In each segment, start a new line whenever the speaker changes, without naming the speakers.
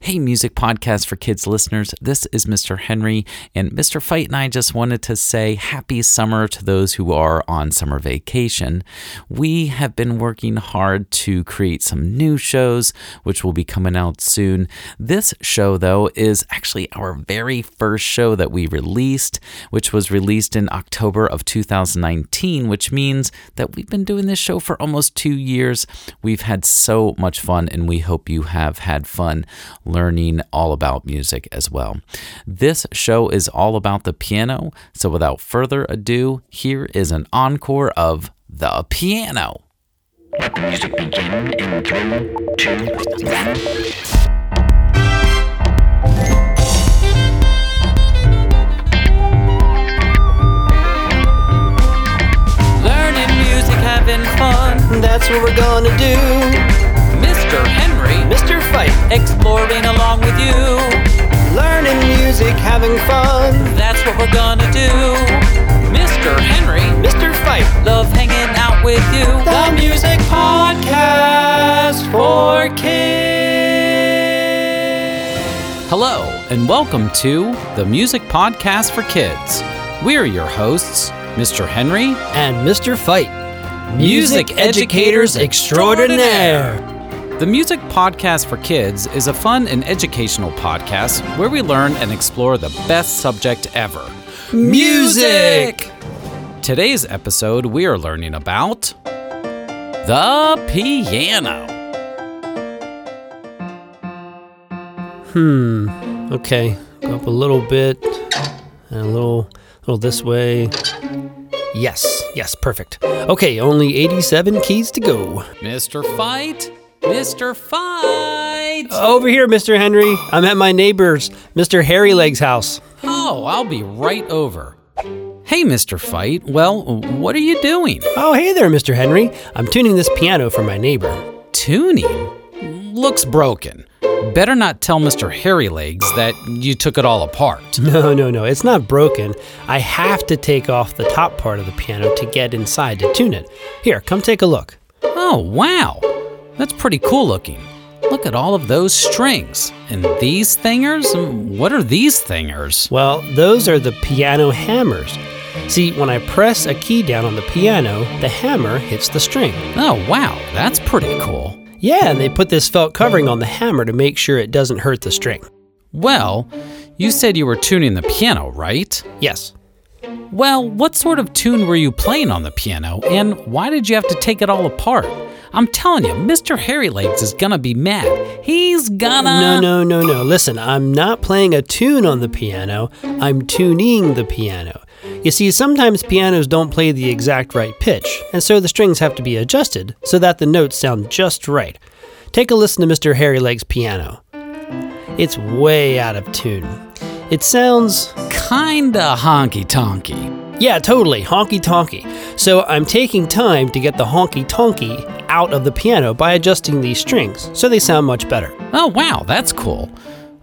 Hey Music Podcast for Kids listeners. This is Mr. Henry, and Mr. Fight and I just wanted to say happy summer to those who are on summer vacation. We have been working hard to create some new shows, which will be coming out soon. This show, though, is actually our very first show that we released, which was released in October of 2019, which means that we've been doing this show for almost two years. We've had so much fun, and we hope you have had fun learning all about music as well. This show is all about the piano, so without further ado, here is an encore of The Piano.
Music begin in three, two, one.
Learning music, having fun.
That's what we're gonna do.
Mr. Henry,
Mr. Fight,
exploring along with you.
learning music, having fun.
That's what we're gonna do. Mr. Henry,
Mr. Fight,
love hanging out with you.
the music podcast for kids.
Hello, and welcome to the Music Podcast for Kids. We're your hosts, Mr. Henry.
And Mr. Fight,
Music educators extraordinaire. The Music Podcast for Kids is a fun and educational podcast where we learn and explore the best subject ever
Music!
Today's episode, we are learning about the piano.
Okay, go up a little bit, and a little, little this way. Yes, yes, perfect. Okay, only 87 keys to go.
Mr. Fight, Mr. Fight.
Over here, Mr. Henry. I'm at my neighbor's, Mr. Hairy Legs' house.
Oh, I'll be right over. Hey, Mr. Fight. Well, what are you doing?
Oh, hey there, Mr. Henry. I'm tuning this piano for my neighbor.
Tuning? Looks broken. Better not tell Mr. Hairy Legs that you took it all apart.
No, no, no, it's not broken. I have to take off the top part of the piano to get inside to tune it. Here, come take a look.
Oh, wow. That's pretty cool looking. Look at all of those strings. And these thingers? What are these thingers?
Well, those are the piano hammers. See, when I press a key down on the piano, the hammer hits the string.
Oh, wow. That's pretty cool.
Yeah, and they put this felt covering on the hammer to make sure it doesn't hurt the string.
Well, you said you were tuning the piano, right?
Yes.
Well, what sort of tune were you playing on the piano, and why did you have to take it all apart? I'm telling you, Mr. Hairy Legs is gonna be mad. He's gonna.
No, no, no, no. Listen, I'm not playing a tune on the piano. I'm tuning the piano. You see, sometimes pianos don't play the exact right pitch, and so the strings have to be adjusted so that the notes sound just right. Take a listen to Mr. Hairy Legs' piano. It's way out of tune. It sounds,
Kinda honky tonky.
yeah, totally honky tonky. So I'm taking time to get the honky tonky out of the piano by adjusting these strings so they sound much better.
Oh, wow, that's cool.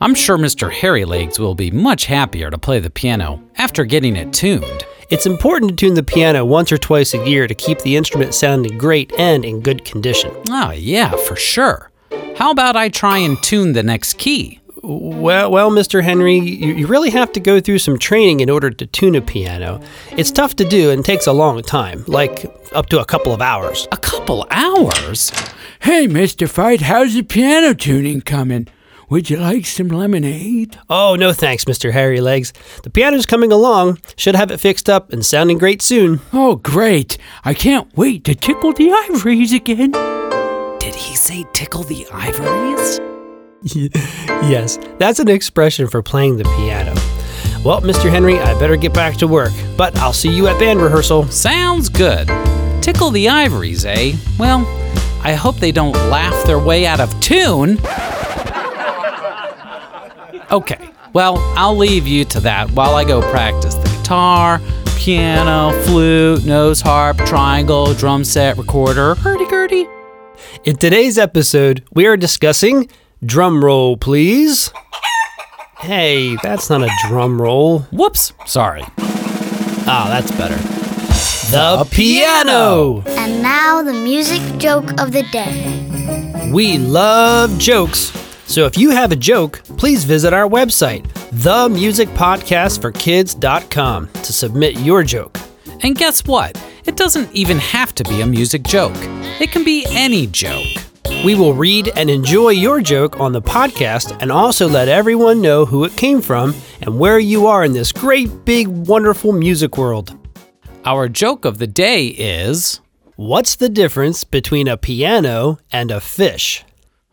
I'm sure Mr. Hairy Legs will be much happier to play the piano after getting it tuned.
It's important to tune the piano once or twice a year to keep the instrument sounding great and in good condition.
Oh, yeah, for sure. How about I try and tune the next key?
Well, well, Mr. Henry, you, you really have to go through some training in order to tune a piano. It's tough to do and takes a long time, like up to a couple of hours.
A couple hours?
Hey, Mr. Fight, how's the piano tuning coming? Would you like some lemonade?
Oh, no thanks, Mr. Harry Legs. The piano's coming along. Should have it fixed up and sounding great soon.
Oh, great. I can't wait to tickle the ivories again.
Did he say tickle the ivories?
Yes, that's an expression for playing the piano. Well, Mr. Henry, I better get back to work, but I'll see you at band rehearsal.
Sounds good. Tickle the ivories, eh? Well, I hope they don't laugh their way out of tune. Okay, well, I'll leave you to that while I go practice the guitar, piano, flute, nose harp, triangle, drum set, recorder, hurdy-gurdy.
In today's episode, we are discussing drum roll, please. Hey, that's not a drum roll.
Whoops, sorry.
Ah, that's better. The piano.
And now the music joke of the day.
We love jokes. So if you have a joke, please visit our website, themusicpodcastforkids.com, to submit your joke.
And guess what? It doesn't even have to be a music joke, it can be any joke.
We will read and enjoy your joke on the podcast and also let everyone know who it came from and where you are in this great, big, wonderful music world.
Our joke of the day is
What's the difference between a piano and a fish?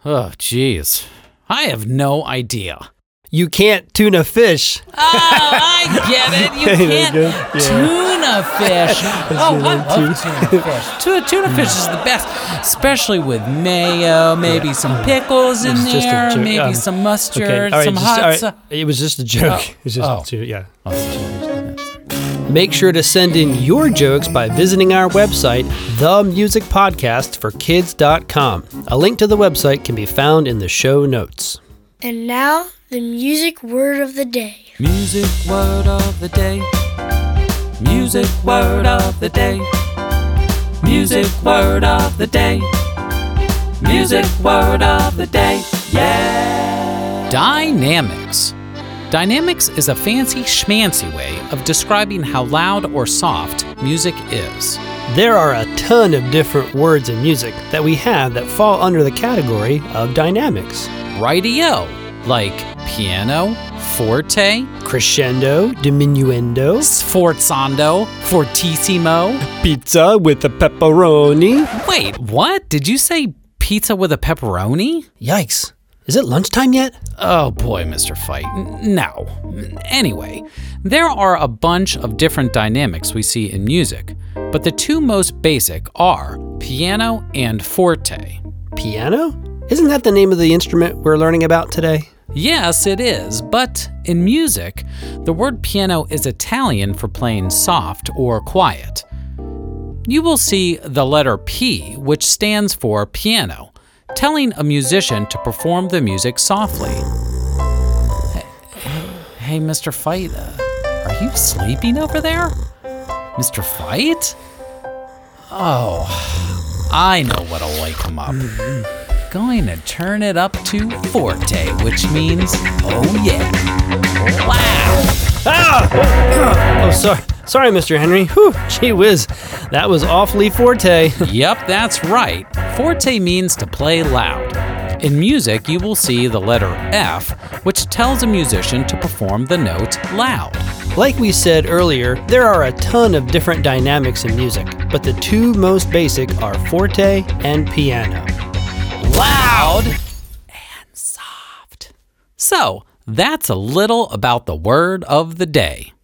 Oh, jeez. I have no idea.
You can't tune a fish.
Oh, I get it. You can't tuna fish. Oh, I love tuna fish. Tuna, tuna fish is the best, especially with mayo, maybe some pickles in
It's just a
there,
joke.
maybe
Um,
some mustard,
all right,
some
just-
hot
all right,
sauce.
It was just a joke. It was just,
oh.
too- yeah. Make sure to send in your jokes by visiting our website, themusicpodcastforkids.com. A link to the website can be found in the show notes.
And now, the music word of the day.
Music word of the day. Music word of the day. Music word of the day. Music word of the day. Yeah. Dynamics. Dynamics is a fancy schmancy way of describing how loud or soft music is.
There are a ton of different words in music that we have that fall under the category of dynamics
Rightio, like piano, forte,
crescendo, diminuendo,
sforzando, fortissimo.
pizza with a pepperoni.
Wait, what? Did you say pizza with a pepperoni?
Yikes. Is it lunchtime yet?
Oh boy, Mr. Fight. N- No. Anyway, there are a bunch of different dynamics we see in music, but the two most basic are piano and forte.
Piano? Isn't that the name of the instrument we're learning about today?
Yes, it is, but in music, the word piano is Italian for playing soft or quiet. You will see the letter P, which stands for piano, telling a musician to perform the music softly. Hey, hey, Mr. Fight, uh, are you sleeping over there? Mr. Fight? Oh, I know what'll wake him up going to turn it up to forte, which means, oh yeah. Wow!
Oh, sorry. Sorry, Mr. Henry. Whew, gee whiz. That was awfully forte.
Yep, that's right. Forte means to play loud. In music, you will see the letter F, which tells a musician to perform the note loud.
like we said earlier, there are a ton of different dynamics in music, but the two most basic are forte and piano.
Loud and soft. So, that's a little about the word of the day.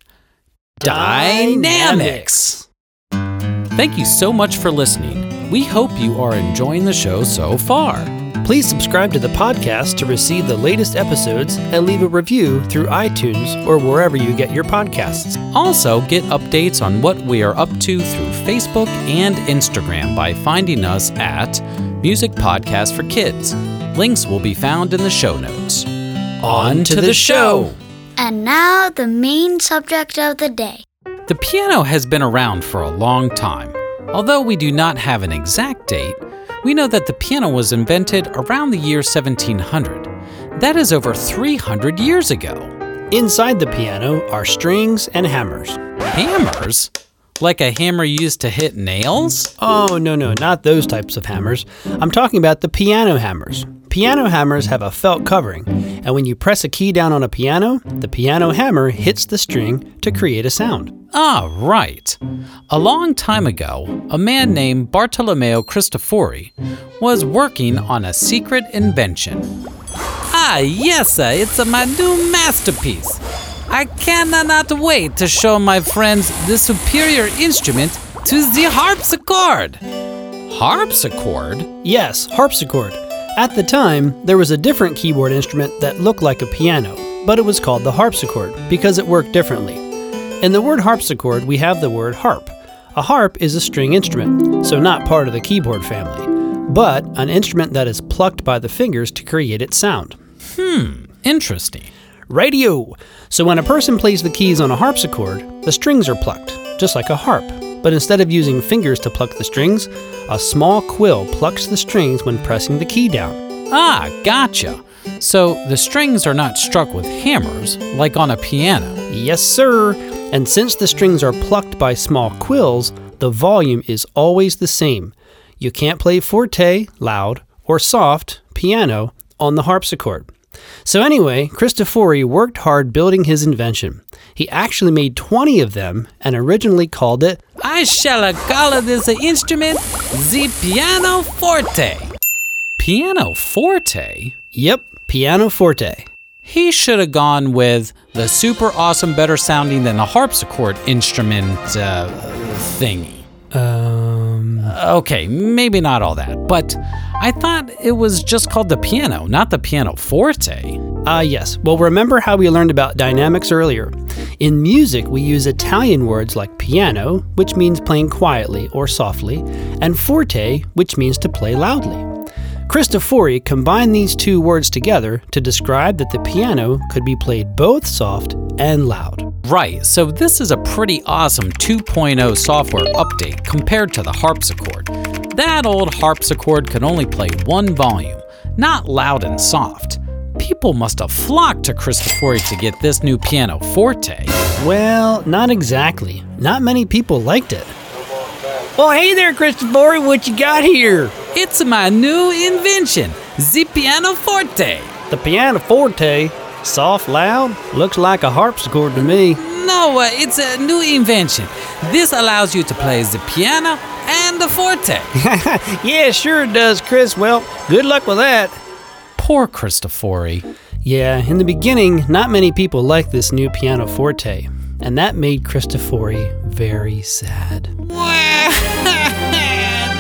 Dynamics. Thank you so much for listening. We hope you are enjoying the show so far.
Please subscribe to the podcast to receive the latest episodes and leave a review through iTunes or wherever you get your podcasts.
Also, get updates on what we are up to through Facebook and Instagram by finding us at Music Podcast for Kids. Links will be found in the show notes. On to the show!
And now, the main subject of the day.
The piano has been around for a long time. Although we do not have an exact date, we know that the piano was invented around the year 1700. That is over 300 years ago.
Inside the piano are strings and hammers.
Hammers? Like a hammer used to hit nails?
Oh, no, no, not those types of hammers. I'm talking about the piano hammers. Piano hammers have a felt covering, and when you press a key down on a piano, the piano hammer hits the string to create a sound.
Ah, right. A long time ago, a man named Bartolomeo Cristofori was working on a secret invention. Ah, yes, sir, it's my new masterpiece. I cannot wait to show my friends the superior instrument to the harpsichord. Harpsichord?
Yes, harpsichord. At the time, there was a different keyboard instrument that looked like a piano, but it was called the harpsichord because it worked differently. In the word harpsichord, we have the word harp. A harp is a string instrument, so not part of the keyboard family, but an instrument that is plucked by the fingers to create its sound.
Interesting.
Radio. So when a person plays the keys on a harpsichord, the strings are plucked, just like a harp. But instead of using fingers to pluck the strings, a small quill plucks the strings when pressing the key down.
Ah, gotcha. So the strings are not struck with hammers like on a piano.
Yes, sir. And since the strings are plucked by small quills, the volume is always the same. You can't play forte, loud, or soft, piano, on the harpsichord. So, anyway, Cristofori worked hard building his invention. He actually made 20 of them and originally called it
I shall call this instrument the piano forte. Piano forte?
Yep, pianoforte.
He should have gone with the super awesome, better sounding than the harpsichord instrument uh, thingy.
Um,
Okay, maybe not all that, but I thought it was just called the piano, not the piano forte.
ah, yes. Well, remember how we learned about dynamics earlier? In music, we use Italian words like piano, which means playing quietly or softly, and forte, which means to play loudly. Cristofori combined these two words together to describe that the piano could be played both soft and loud.
Right, so this is a pretty awesome 2.0 software update compared to the harpsichord. That old harpsichord could only play one volume, not loud and soft. People must have flocked to Cristofori to get this new piano forte.
Well, not exactly. Not many people liked it.
Oh, hey there, Christopher. What you got here?
It's my new invention, the piano forte.
The pianoforte, soft, loud, looks like a harpsichord to me.
No, uh, it's a new invention. This allows you to play the piano and the forte.
yeah, sure it does, Chris. Well, good luck with that.
Poor Cristofori.
Yeah, in the beginning, not many people liked this new pianoforte, and that made Cristofori very sad.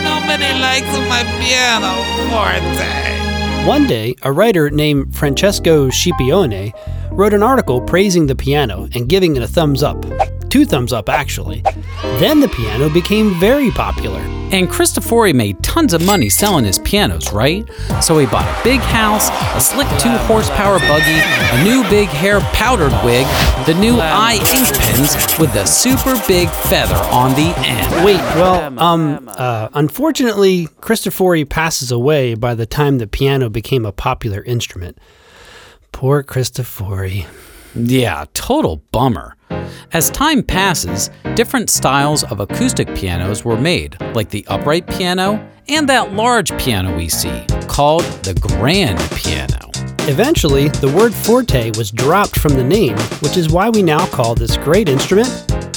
Nobody likes my piano forte.
One day, a writer named Francesco Scipione wrote an article praising the piano and giving it a thumbs up. Two thumbs up, actually. Then the piano became very popular.
And Cristofori made tons of money selling his pianos, right? So he bought a big house, a slick two horsepower buggy, a new big hair powdered wig, the new eye ink pens with the super big feather on the end.
Wait, well, um, uh, unfortunately, Cristofori passes away by the time the piano became a popular instrument. Poor Cristofori.
Yeah, total bummer. As time passes, different styles of acoustic pianos were made, like the upright piano and that large piano we see, called the grand piano.
Eventually, the word forte was dropped from the name, which is why we now call this great instrument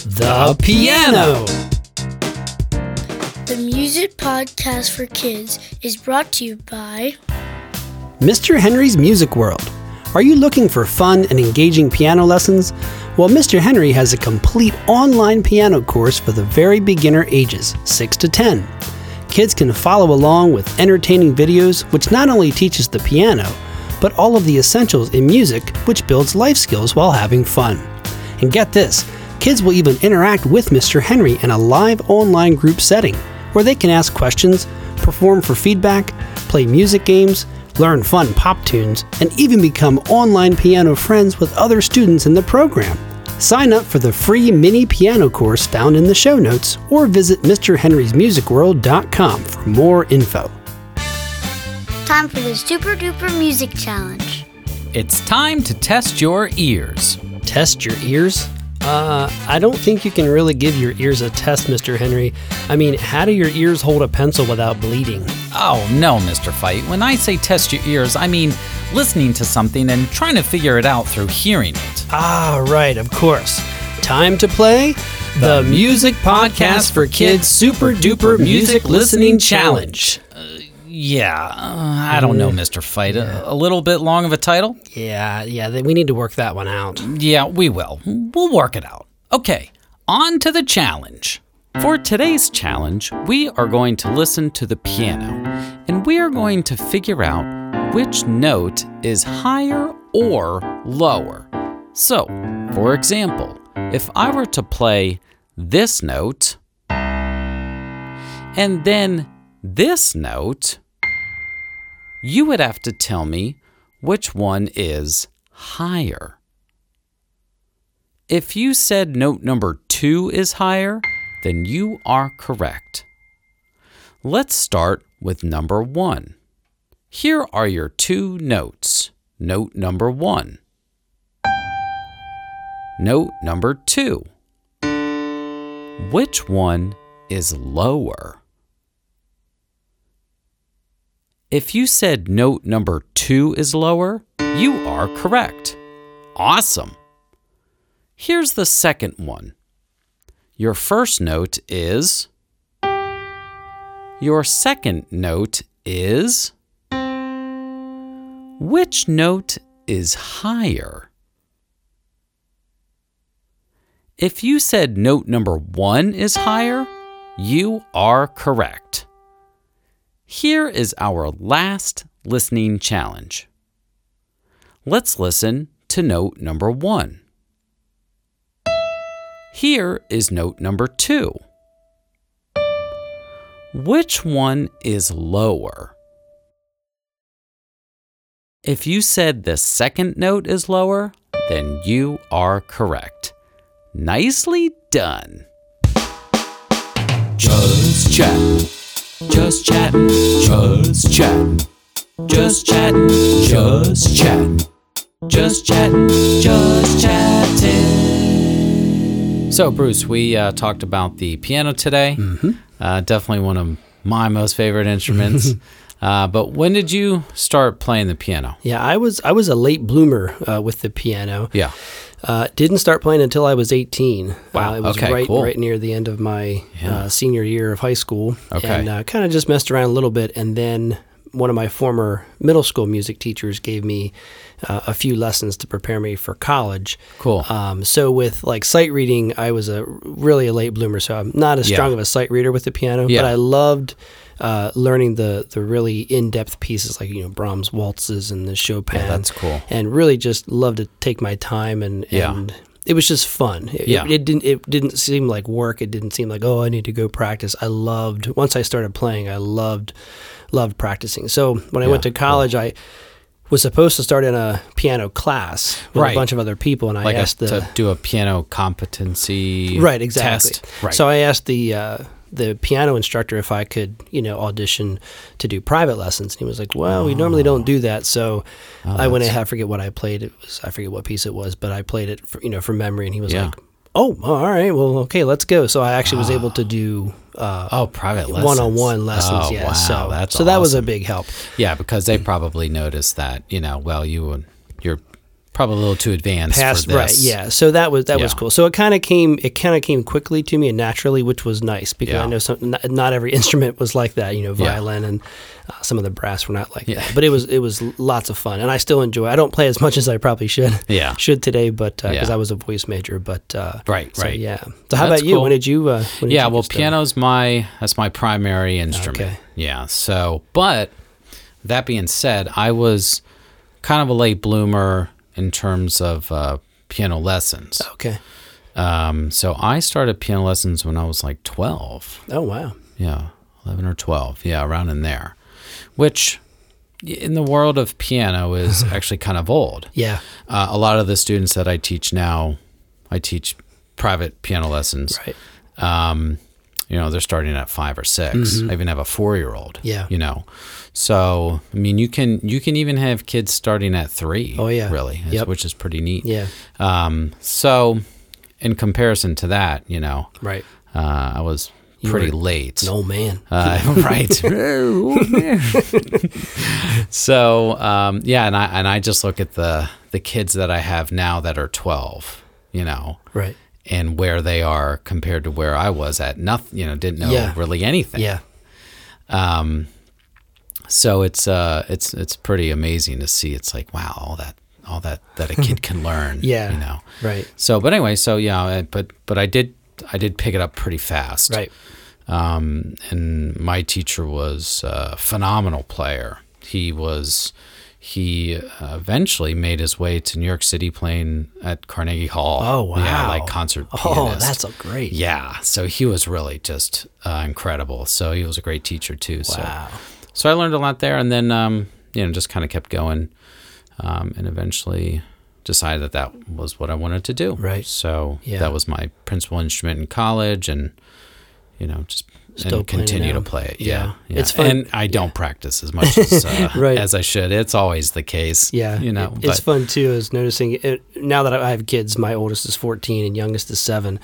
the piano.
The Music Podcast for Kids is brought to you by
Mr. Henry's Music World. Are you looking for fun and engaging piano lessons? Well, Mr. Henry has a complete online piano course for the very beginner ages, 6 to 10. Kids can follow along with entertaining videos, which not only teaches the piano, but all of the essentials in music, which builds life skills while having fun. And get this kids will even interact with Mr. Henry in a live online group setting where they can ask questions, perform for feedback, play music games, learn fun pop tunes, and even become online piano friends with other students in the program. Sign up for the free mini piano course found in the show notes or visit MrHenry'sMusicWorld.com for more info.
Time for the Super Duper Music Challenge.
It's time to test your ears.
Test your ears? Uh, I don't think you can really give your ears a test, Mr. Henry. I mean, how do your ears hold a pencil without bleeding?
Oh no, Mr. Fight. When I say test your ears, I mean listening to something and trying to figure it out through hearing it.
Ah, right, of course. Time to play the Music Podcast for Kids Super Duper Music Listening Challenge.
Yeah, uh, I don't know, Mr. Fight. A, a little bit long of a title?
Yeah, yeah, th- we need to work that one out.
Yeah, we will. We'll work it out. Okay, on to the challenge. For today's challenge, we are going to listen to the piano and we are going to figure out which note is higher or lower. So, for example, if I were to play this note and then this note, you would have to tell me which one is higher. If you said note number two is higher, then you are correct. Let's start with number one. Here are your two notes. Note number one. Note number two. Which one is lower? If you said note number two is lower, you are correct. Awesome. Here's the second one. Your first note is. Your second note is. Which note is higher? If you said note number one is higher, you are correct. Here is our last listening challenge. Let's listen to note number one. Here is note number two. Which one is lower? If you said the second note is lower, then you are correct. Nicely done. Just chat. Just chatting. Just chatting. Just chatting. Just chatting. Just chatting. Just chatting. So, Bruce, we uh, talked about the piano today.
Mm-hmm.
Uh, definitely one of my most favorite instruments. uh, but when did you start playing the piano?
Yeah, I was I was a late bloomer uh, with the piano.
Yeah.
Uh, didn't start playing until I was 18.
Wow,
Uh, it was
okay,
right,
cool.
right near the end of my uh, senior year of high school.
Okay.
And uh, kind of just messed around a little bit. And then one of my former middle school music teachers gave me uh, a few lessons to prepare me for college.
Cool.
Um, so with like sight reading, I was a really a late bloomer, so I'm not as
Yeah.
strong of a sight reader with the piano,
Yeah.
but I loved uh, learning the the really in depth pieces like you know Brahms waltzes and the Chopin.
that's cool.
And really just loved to take my time and
Yeah.
and it was just fun. It,
Yeah.
it, didn't it didn't seem like work. It didn't seem like oh I need to go practice. I loved once I started playing. I loved loved practicing. So when I went to college, I was supposed to start in a piano class with
Right.
a bunch of other people, and I
like a,
asked the
to do a piano competency
right exactly.
test. Right.
So I asked the uh, the piano instructor if I could you know audition to do private lessons, and he was like, "Well, we normally don't
Oh.
do that." So I went ahead. I forget what I played. It was I forget what piece it was, but I played it for, you know from memory, and he was
Yeah.
like, "Oh, all right, well, okay, let's go." So I actually was able to do. Uh,
Ah. oh, private lessons.
one-on-one lessons,
Oh,
yeah.
Wow,
so,
that's
so that was a
awesome.
big help.
yeah because they probably noticed that you know well you would- you're probably a little too advanced
past
for this.
right yeah so that was that was
Yeah.
cool so it kind of came it kind of came quickly to me and naturally which was nice because
Yeah.
i know some not, not every instrument was like that you know
Yeah.
violin and uh, some of the brass were not like
Yeah.
that but it was it was lots of fun and i still enjoy i don't play as much as i probably should
Yeah.
should today but because
Yeah.
i was a voice major but uh
Right,
so,
right.
yeah so how
That's
about you
cool.
when did you uh when did
yeah
you
well
get started?
piano's my that's my primary instrument
Okay.
yeah so but that being said i was kind of a late bloomer in terms of uh, piano lessons
okay
um, so i started piano lessons when i was like 12
oh wow
yeah 11 or 12 yeah around in there which in the world of piano is actually kind of old
yeah
uh, a lot of the students that i teach now i teach private piano lessons
right
um, you know, they're starting at five or 6 I even have a four year old.
Mm-hmm. Yeah.
You know, so I mean, you can you can even have kids starting at three.
Oh, yeah.
really, is-
Yep.
which is pretty neat.
yeah
Um, so in comparison to that, you know,
right
uh, I was pretty late.
no man
Uh, right. so um, yeah, and I and I just look at the the kids that I have now that are twelve. You know,
right
and where they are compared to where I was at nothing, you know, didn't know
Yeah.
really anything.
yeah
So it's uh it's it's pretty amazing to see. It's like wow, all that all that that a kid can learn.
Yeah.
You know.
right
So but anyway, so yeah, I- but but I did I did pick it up pretty fast.
right
Um and my teacher was a phenomenal player. He was he uh, eventually made his way to New York City playing at Carnegie Hall.
Oh,
Yeah,
wow.
like concert
oh
pianist.
that's a great
Yeah, so he was really just uh, incredible. So he was a great teacher too.
Wow.
So, so I learned a lot there, and then um, you know just kind of kept going, um, and eventually decided that that was what I wanted to do.
Right.
So
Yeah.
that was my principal instrument in college, and you know just
still
and
playing it
continue to
out.
play it. Yeah, yeah.
It's fun.
And I don't practice as much as, uh,
Right.
as I should. It's always the case.
Yeah,
you know,
it- it's
but-
fun too. Is noticing it, now that I have kids. My oldest is fourteen and youngest is seven,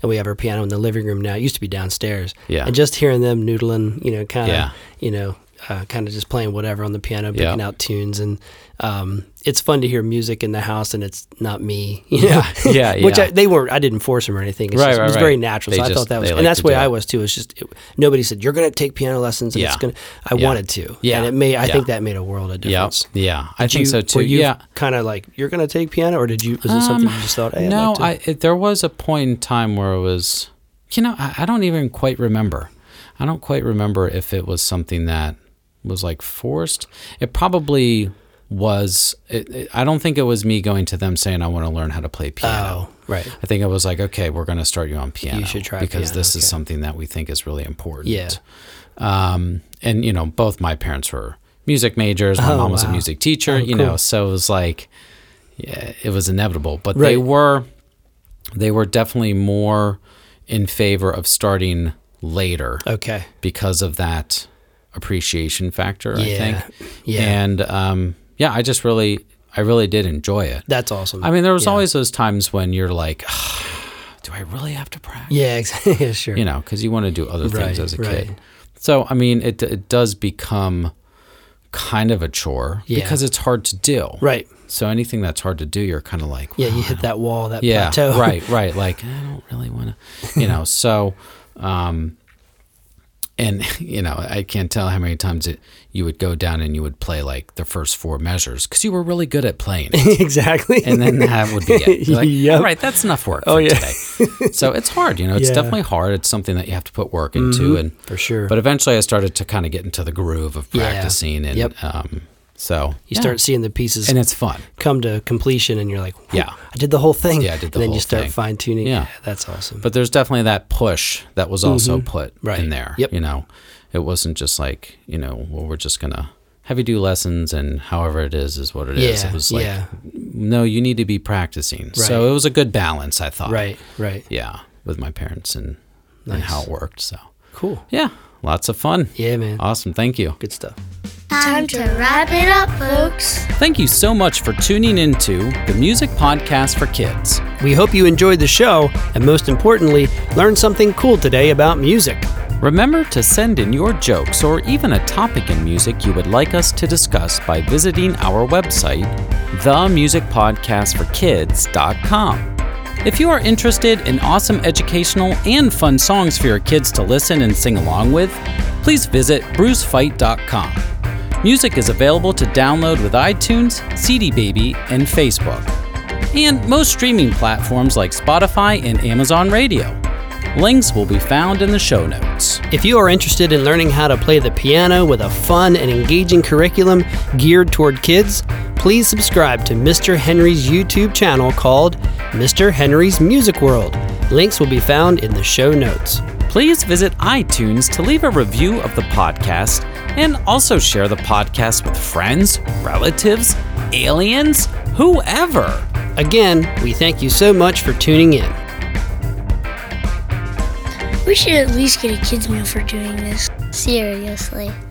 and we have our piano in the living room now. It used to be downstairs.
Yeah.
and just hearing them noodling, you know, kind of,
Yeah.
you know, uh, kind of just playing whatever on the piano, picking
Yeah.
out tunes, and um, it's fun to hear music in the house, and it's not me. You know?
Yeah,
Which
yeah.
I, they weren't. I didn't force them or anything. It's
Right,
just,
right,
it was
right.
very natural.
They
so I
just-
thought that
they
was,
like
and that's
to
the way
do
I
it.
was too. It's just it, nobody said you're going to take piano lessons. And
Yeah.
it's gonna. I
Yeah.
wanted to.
Yeah.
and it may. I
Yeah.
think that made a world of
Yeah,
difference.
yeah, I think
you-
so too.
Were you
yeah, Um,
kind of like you're gonna take piano, or did you? Was it something you just thought? Hey,
no,
I'd like
I it, there was a point in time where it was, you know, I, I don't even quite remember. I don't quite remember if it was something that was like forced. It probably was. It, it- I don't think it was me going to them saying I want to learn how to play
to?
piano.
Oh, right.
I think it was like, okay, we're going to start you on piano.
should try
because
piano,
this is
okay.
something that we think is really important.
Yeah.
Um, and you know, both my parents were music majors. My
Oh,
mom was a
wow.
music teacher.
Oh,
you know,
cool.
so it was like, yeah, it was inevitable. But they
Right.
were, they were definitely more in favor of starting later
Okay.
because of that appreciation factor. I
Yeah.
think.
Yeah.
And um, yeah, I just really, I really did enjoy it.
That's awesome.
I mean, there was
Yeah.
always those times when you're like, "Ah, do I really have to practice?
Yeah. Exactly. yeah, sure.
You know, because you want to do other things
Right,
as a
right.
kid. So, I mean, it, it does become kind of a chore
Yeah.
because it's hard to do.
Right.
So anything that's hard to do, you're kind of like,
Yeah. You hit that wall, that
yeah,
plateau.
right, right. Like, I don't really want to, you know, so, um, and you know, I can't tell how many times it you would go down and you would play like the first four measures because you were really good at playing. it
exactly.
and then that would be it. You're like,
Yep.
All right, that's enough work for
Oh, yeah.
today. So it's hard, you know. It's
Yeah. Mm-hmm.
definitely hard. It's something that you have to put work into, and
for sure.
But eventually, I started to kind of get into the groove of
Yeah.
practicing, and
Yep.
um, so
you start seeing the pieces
and it's fun.
come to completion, and you're like, "Whew,
Yeah.
I did the whole thing.
Yeah, I did the
and then
whole
you start
thing.
fine tuning.
Yeah.
That's awesome.
But there's definitely that push that was also put
Mm-hmm. Right.
in there.
Yep.
You know, it wasn't just like you know, well, we're just gonna have you do lessons, and however it is is what it is.
yeah.
It was like,
yeah.
no, you need to be practicing. So
Right.
it was a good balance, I thought.
Right. Right.
Yeah, with my parents and and how it worked. So.
Cool.
Yeah, lots of fun.
Yeah, man.
Awesome. Thank you.
Good stuff.
Time to wrap it up, folks.
Thank you so much for tuning into the Music Podcast for Kids.
We hope you enjoyed the show, and most importantly, learned something cool today about music.
Remember to send in your jokes or even a topic in music you would like us to discuss by visiting our website, themusicpodcastforkids.com. If you are interested in awesome educational and fun songs for your kids to listen and sing along with, please visit brucefight.com. Music is available to download with iTunes, CD Baby, and Facebook. and most streaming platforms like Spotify and Amazon Radio. Links will be found in the show notes.
If you are interested in learning how to play the piano with a fun and engaging curriculum geared toward kids, please subscribe to Mr. Henry's YouTube channel called Mr. Henry's Music World. Links will be found in the show notes.
Please visit iTunes to leave a review of the podcast and also share the podcast with friends, relatives, aliens, whoever.
Again, we thank you so much for tuning in.
We should at least get a kids meal for doing this. Seriously.